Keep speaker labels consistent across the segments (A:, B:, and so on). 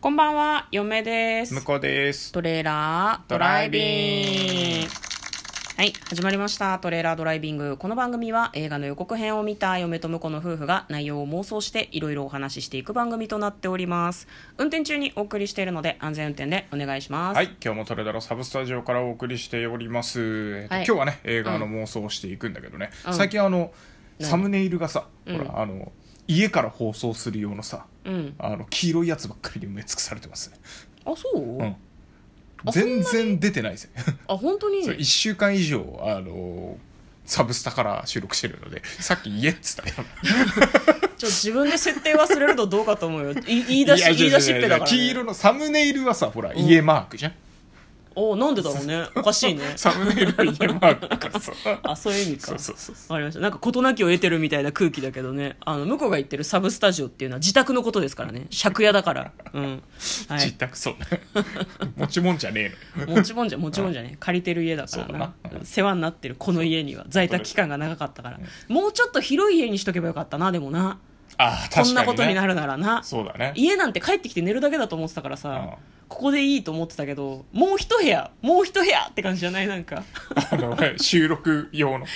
A: こんばんは、嫁です
B: 向。こうです
A: トレーラードライビング。はい、始まりました。トレーラードライビング。この番組は映画の予告編を見た嫁と婿の夫婦が内容を妄想していろいろお話ししていく番組となっております。運転中にお送りしているので安全運転でお願いします。
B: はい今日もトレドラサブスタジオからお送りしております、えっと
A: はい
B: 今日はね映画の妄想をしていくんだけどね、
A: うん
B: 最近あの
A: 何
B: サムネイルがさ、ほ
A: うん
B: らあの家から放送する用のさ
A: うん。
B: あの黄色いやつばっかりで埋め尽くされてますね、
A: あ、そう、
B: うん
A: あ
B: 全然出てないですね
A: あ、本当に
B: 1週間以上あのサブスタから収録してるのでさっき「家」っつったよ
A: ちょ自分で設定忘れるとどうかと思うよ。い言い出し、言い出しっぺだから、ね。
B: 黄色のサムネイルはさほら家マークじゃん
A: おなんでだろうね。おかしいね。
B: サムネイルは家マークだからさ
A: あ、そういう意味か。
B: そうそうそう
A: わかりました。なんか事なきを得てるみたいな空気だけどね。あの、向こうが言ってるサブスタジオっていうのは自宅のことですからね。借家だから。うん。は
B: 自
A: い。
B: 宅そうね 持ちもんじゃねえの
A: 持ちも んじゃ、持ちもんじゃね。借りてる家だから
B: そうだ
A: な
B: な。
A: うん世話になってる、この家には。在宅期間が長かったから。もうちょっと広い家にしとけばよかったな、でもな。
B: ああ確か
A: こ
B: に、ね、
A: んなことになるならな。
B: そうだね
A: 家なんて帰ってきて寝るだけだと思ってたからさ
B: うん。
A: ここでいいと思ってたけど、もう一部屋、もう一部屋って感じじゃないなんか。
B: あの収録用の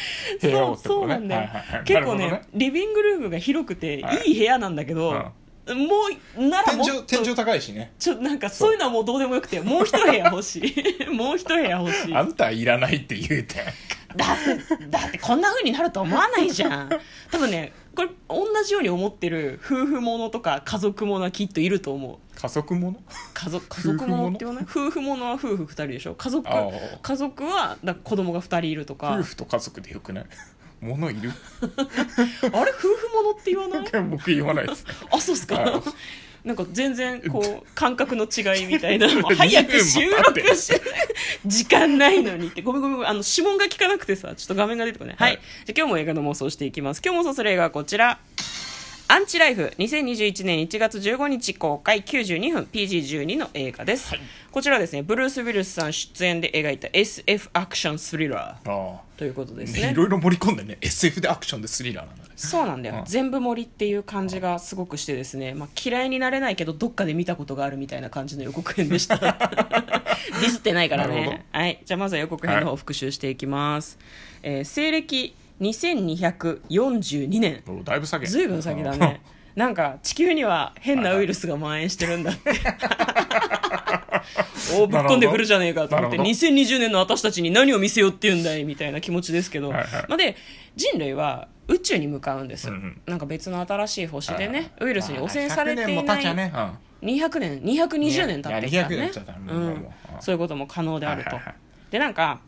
B: 部屋
A: そ
B: を
A: う
B: って
A: そ
B: こと
A: う
B: ね
A: なんだよ、
B: はいはいはい
A: 結構ね
B: なるほ
A: リビングルームが広くて、
B: はい
A: い、い部屋なんだけど、もうならもっ
B: どね
A: と
B: 天井天井高いしね
A: ちょなんかそういうのはもうどうでもよくてもう一部屋欲し いもう一部屋欲しいだ
B: あんたはいらないって言うて
A: ってだってこんな風になると思わないじゃん多分ねこれ同じように思ってる夫婦ものとか家族ものはきっといると思う
B: 家族もの
A: 家族家族ものって言わない夫婦ものは夫婦二人でしょ家族
B: ああ
A: 家族はだから子供が二人いるとかあ
B: 夫
A: れ
B: 婦と家族でよ くない物いる
A: 夫婦ものって言わない
B: 僕言わないです
A: あ そうっす
B: は
A: か
B: い
A: なんか全然こう感覚の違いみたい な
B: 分
A: 早く収
B: 待って
A: 録し 時間ないのにってごめんごめんごめんあの指紋が効かなくてさちょっと画面が出てこない、は
B: はいい
A: じゃあ今日も映画の妄想していきます今日妄想する映画はこちら「アンチライフ」2021年1月15日公開92分 PG12 の映画です、こちらはですねブルース・ウィルスさん出演で描いた SF アクションスリラー
B: あ
A: ということ
B: あ、
A: です
B: ね、
A: ね
B: いろいろ盛り込んでね SF でアクションでスリラーなんだね
A: そうなんだよ、
B: うん
A: 全部盛りっていう感じがすごくしてですね、まあ、嫌いになれないけどどっかで見たことがあるみたいな感じの予告編でした ディスってないから
B: なるほど
A: ねはいじゃあまずは予告編の方を復習していきます、えー西暦2242年
B: おだいぶ下げ
A: ずいぶん先 だねなんか地球には変なウイルスが蔓延してるんだって おーぶっ込んでくるじゃねえかと思って
B: なるほど
A: 2020年の私たちに何を見せようって言うんだいみたいな気持ちですけど、
B: はいはい
A: まあ、で人類は宇宙に向かうんです、
B: うんうん
A: なんか別の新しい星で
B: はいは
A: ねウイルスに汚染されて
B: 100年
A: い
B: も経っちゃ
A: ない
B: ね、うん
A: 200年220年経ってきた
B: いや200
A: ね
B: 年経っちゃったね
A: う
B: もうもうんう、ん
A: そういうことも可能であると、
B: はいはいはい
A: でなんか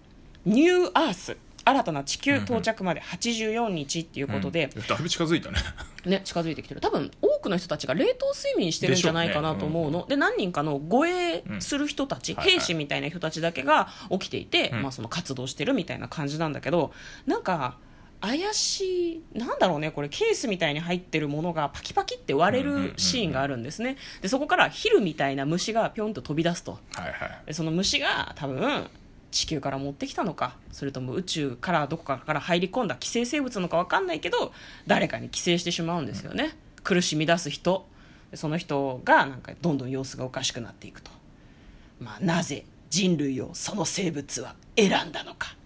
A: ニューアース新たな地球到着まで84日っていうことで、
B: うんだいぶ近づいたね
A: ね、近づいてきてる多分多くの人たちが冷凍睡眠してるんじゃないかなと思うので,、
B: でしょうね
A: 何人かの護衛する人たち、
B: んはいはい
A: 兵士みたいな人たちだけが起きていて、
B: うん
A: まあ、その活動してるみたいな感じなんだけどなんか怪しいなんだろうねこれケースみたいに入ってるものがパキパキって割れ
B: うんうんうん
A: る
B: うん
A: シーンがあるんですねでそこからヒルみたいな虫がぴょんと飛び出すと
B: はいはい
A: でその虫が多分地球から持ってきたのかそれとも宇宙からどこかから入り込んだ寄生生物なのか分かんないけど誰かに寄生してしまうんですよね、苦しみ出す人でその人がなんかどんどん様子がおかしくなっていくと、まあ、なぜ人類をその生物は選んだのか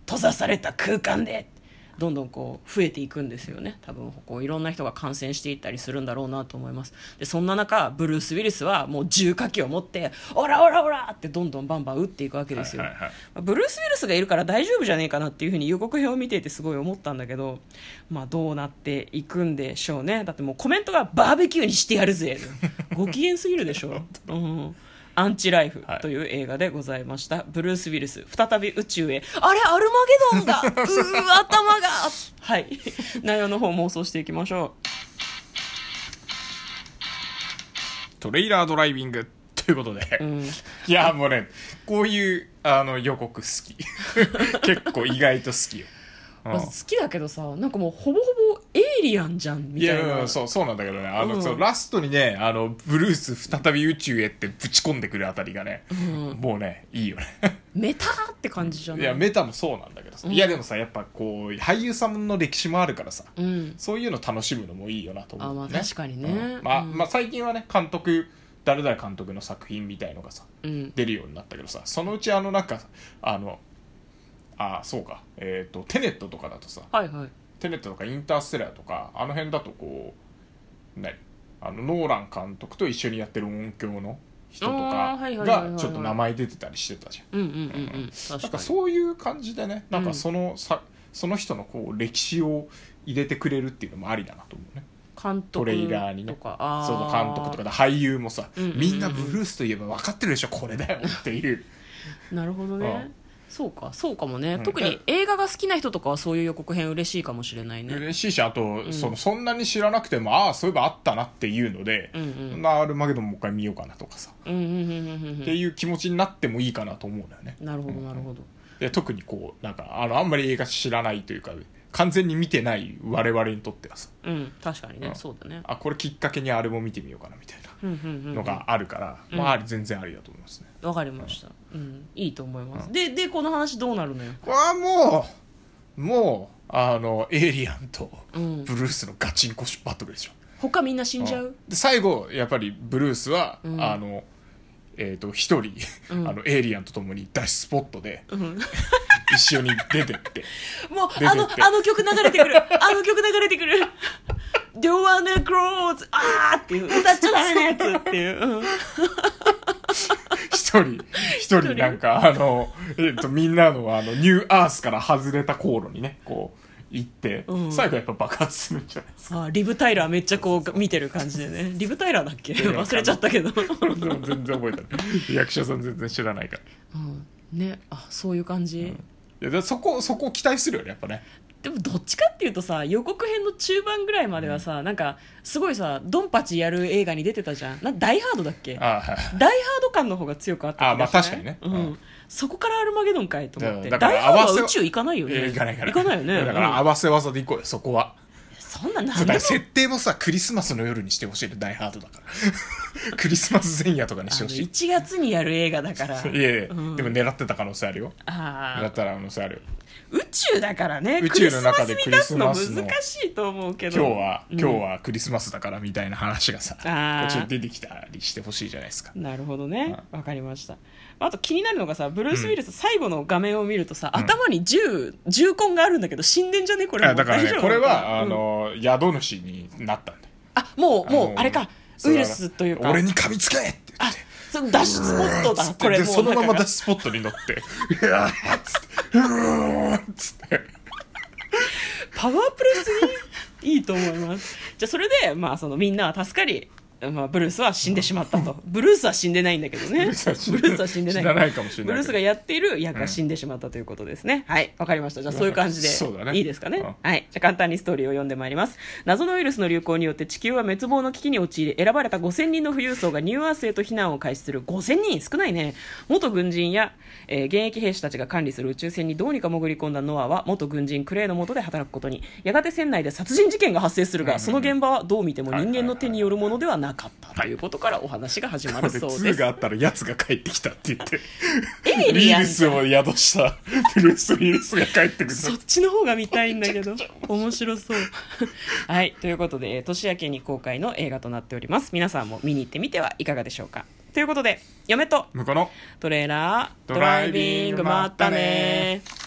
A: 閉ざされた空間でどんどんこう増えていくんですよね多分こういろんな人が感染していったりするんだろうなと思いますでそんな中ブルース・ウィリスはもう重火器を持って「オラオラオラ!」ってどんどんバンバン撃っていくわけですよ、
B: はいはいはい
A: まあブルース・ウィルスがいるから大丈夫じゃねえかなっていうふうに予告編を見ていてすごい思ったんだけど、まあ、どうなっていくんでしょうねだってもうコメントが「バーベキューにしてやる ぜ」ご機嫌すぎるでしょ、うん、アンチライフ
B: はい
A: という映画でございました、ブルース・ウィルス再び宇宙へあれアルマゲド ンだうー頭がはい内容の方妄想していきましょ
B: トレイラードライビング ということで、
A: う、うん、
B: いやもうねこういうあの予告好き 結構意外と好きよ、うん
A: まあ好きだけどさなんかもうほぼほぼエイリアンじゃんみ
B: い
A: たい
B: や
A: ない
B: やそうそうなんだけどねあの、
A: うん
B: そうラストにねあのブルース再び宇宙へってぶち込んでくるあたりがね、もうねいいよね
A: メターって感じじゃない
B: いやメタもそうなんだけどさ、
A: うん
B: いやでもさやっぱこう俳優さんの歴史もあるからさ
A: うん
B: そういうの楽しむのもいいよなと思う、
A: あまあ確かにね
B: うんまあ
A: うん
B: まあ、最近はね監督誰々監督の作品みたいのがさ
A: うん
B: 出るようになったけどさそのうちあのなんかあのあそうかえっ、とテネットとかだとさ
A: はいはい
B: テネットとかインターステラーとかあの辺だとこう何あのノーラン監督と一緒にやってる音響の人と
A: あ
B: か
A: ーはいはいはいはいはい
B: がちょっと名前出てたりしてたじゃん
A: うんうんうんうん
B: な
A: 確
B: んか
A: かに
B: そういう感じでねなん
A: う
B: か
A: ん
B: そのさ、その人のこう歴史を入れてくれるっていうのもありだなと思うね
A: 監督
B: トレーラーにね
A: とかあー
B: その監督とかで俳優もさ、
A: うんうんうん
B: みんなブルースといえば分かってるでしょこれだよっていう、
A: なるほど
B: う
A: ね
B: ん
A: そうかそうかもね、
B: うん
A: 特に映画が好きな人とかはそういう予告編嬉しいかもしれないね
B: 嬉しいしあと、
A: ん
B: そのそんなに知らなくてもああそういえばあったなっていうので、
A: うんうん
B: なアルマゲドンもう一回見ようかなとかさ、
A: うんうんうんうんうん
B: っていう気持ちになってもいいかなと思うんだよね
A: なるほどなるほど
B: で特にこうなんかあのあんまり映画知らないというか完全に見てない我々にとってはさ
A: うん確かにね、
B: うん
A: そうだね
B: あこれきっかけにあれも見てみようかなみたいな
A: うんうんうん
B: のがあるから、
A: うん
B: まああり全然ありだと思いますね、
A: わかりました、うん、いいと思います、ででこの話どうなるのよ
B: これはもうもうあのエイリアンと
A: うん
B: ブルースのガチンコシバトルでしょ、
A: 他みんな死んじゃう、
B: で最後やっぱりブルースは、
A: うん
B: あのえー、と一人、
A: うん
B: あのエイリアンと共に脱出スポットで
A: うん、 もう
B: 一緒に出てってて
A: あのあの曲流れてくるあの曲流れてくる「Do you wanna close」あーっていう歌っちゃダメなやつっていう、うん
B: 一人、一人なんか、あの、えっと、みんなのあの、ニューアースから外れた航路にね、こう、行って、
A: うん
B: 最後やっぱ爆発するんじゃない ですか。
A: あーリブ・タイラーめっちゃこう見てる感じでねリブ・タイラーだっけ
B: いや
A: 忘れちゃったけど、
B: これでも全然覚えてない。役者さん全然知らないから。
A: うん、ねあそういう感じ、
B: いやでそこ、そこを期待するよね、やっぱね。
A: でもどっちかっていうとさ予告編の中盤ぐらいまではさ、なんかすごいさドンパチやる映画に出てたじゃんなダイハードだっけ
B: ああ、はい。
A: ダイハード感の方が強くあった
B: あまあ確かにね
A: うん
B: うん
A: そこからアルマゲドンかいと思って
B: だか
A: ダイ
B: ら
A: ハード
B: 合
A: は
B: わ
A: 宇
B: せ
A: 宙行かないよ
B: いや
A: ね
B: 行かないから。
A: 行かないよね
B: だから、合
A: うん
B: わせ技で行こうよ、そこは。
A: そんな何
B: だ
A: で
B: から、
A: も
B: 設定もさ、クリスマスの夜にしてほしいで、ダイハードだから。 クリスマス前夜とかにし
A: あ
B: て
A: の
B: ほしい。
A: 1月にやる映画だから
B: いやいや、で
A: う
B: も
A: ん
B: 狙ってた可能性あるよ。
A: あ
B: 狙
A: ー
B: ってた可能性あるよ。
A: 宇宙だからね
B: 宇宙の中で
A: クリスマスに出す
B: クリスマスの
A: の難しいと思うけど
B: 今日は、
A: うん
B: 今日はクリスマスだからみたいな話がさ、
A: あー
B: ちょっと出てきたりしてほしいじゃないですか。
A: なるほどねわかりましたあと気になるのがさブルース・ウィルス最後の画面を見るとさ、頭に銃銃痕があるんだけど死んでんじゃねこれも
B: あ
A: う
B: だから
A: 大丈
B: ね、
A: 夫
B: これは、
A: う
B: あ
A: ん
B: の、宿主になったんだよ
A: あもうもう
B: の
A: あれか
B: そ
A: ウ
B: う
A: イルスというか
B: 俺に噛みつけって言
A: あ
B: って。
A: その脱出スポット
B: う
A: だ
B: わーっつって
A: これも
B: で
A: う
B: そのま
A: 中
B: ま
A: が
B: 脱出スポットに 乗って、うわーっつって、うわーっつって。
A: パワープレスにいいと思いますじゃあそれで、まあ、そのみんなは助かり、まあ、ブルースは死んでしまったとブルースは死んでないんだけどねブル
B: ブ
A: ー
B: ルー
A: ス
B: ス
A: は
B: は
A: 死
B: 死
A: ん
B: ん
A: でな
B: で
A: い
B: 死なないかもしれないけど
A: ブルースがやっている役が死んでしまったということですね、はいわかりましたじゃあそういう感じで
B: そうだね
A: いいですかね、
B: うん
A: はいじゃあ簡単にストーリーを読んでまいります謎のウイルスの流行によって地球は滅亡の危機に陥り選ばれた5000人の富裕層がニューアースへと避難を開始する5000人少ないね元軍人や、えー現役兵士たちが管理する宇宙船にどうにか潜り込んだノアは元軍人クレイの下で働くことにやがて船内で殺人事件が発生するが、
B: うんうん
A: その現場はどう見ても人間の手によるものではなかった、
B: いはい
A: ということからお話が始まる
B: で
A: そうで
B: 2
A: す
B: があったらやつが帰ってきたって言って
A: エイ
B: ウ
A: リ
B: イ
A: アン
B: ルスを宿した ブルース・ウィルスが帰ってくる
A: そっちの方が見たいんだけど面白そう はいということでえー年明けに公開の映画となっております皆さんも見に行ってみてはいかがでしょうかということで嫁と
B: 向こうの
A: トレーラード
B: ドライビング
A: まったねー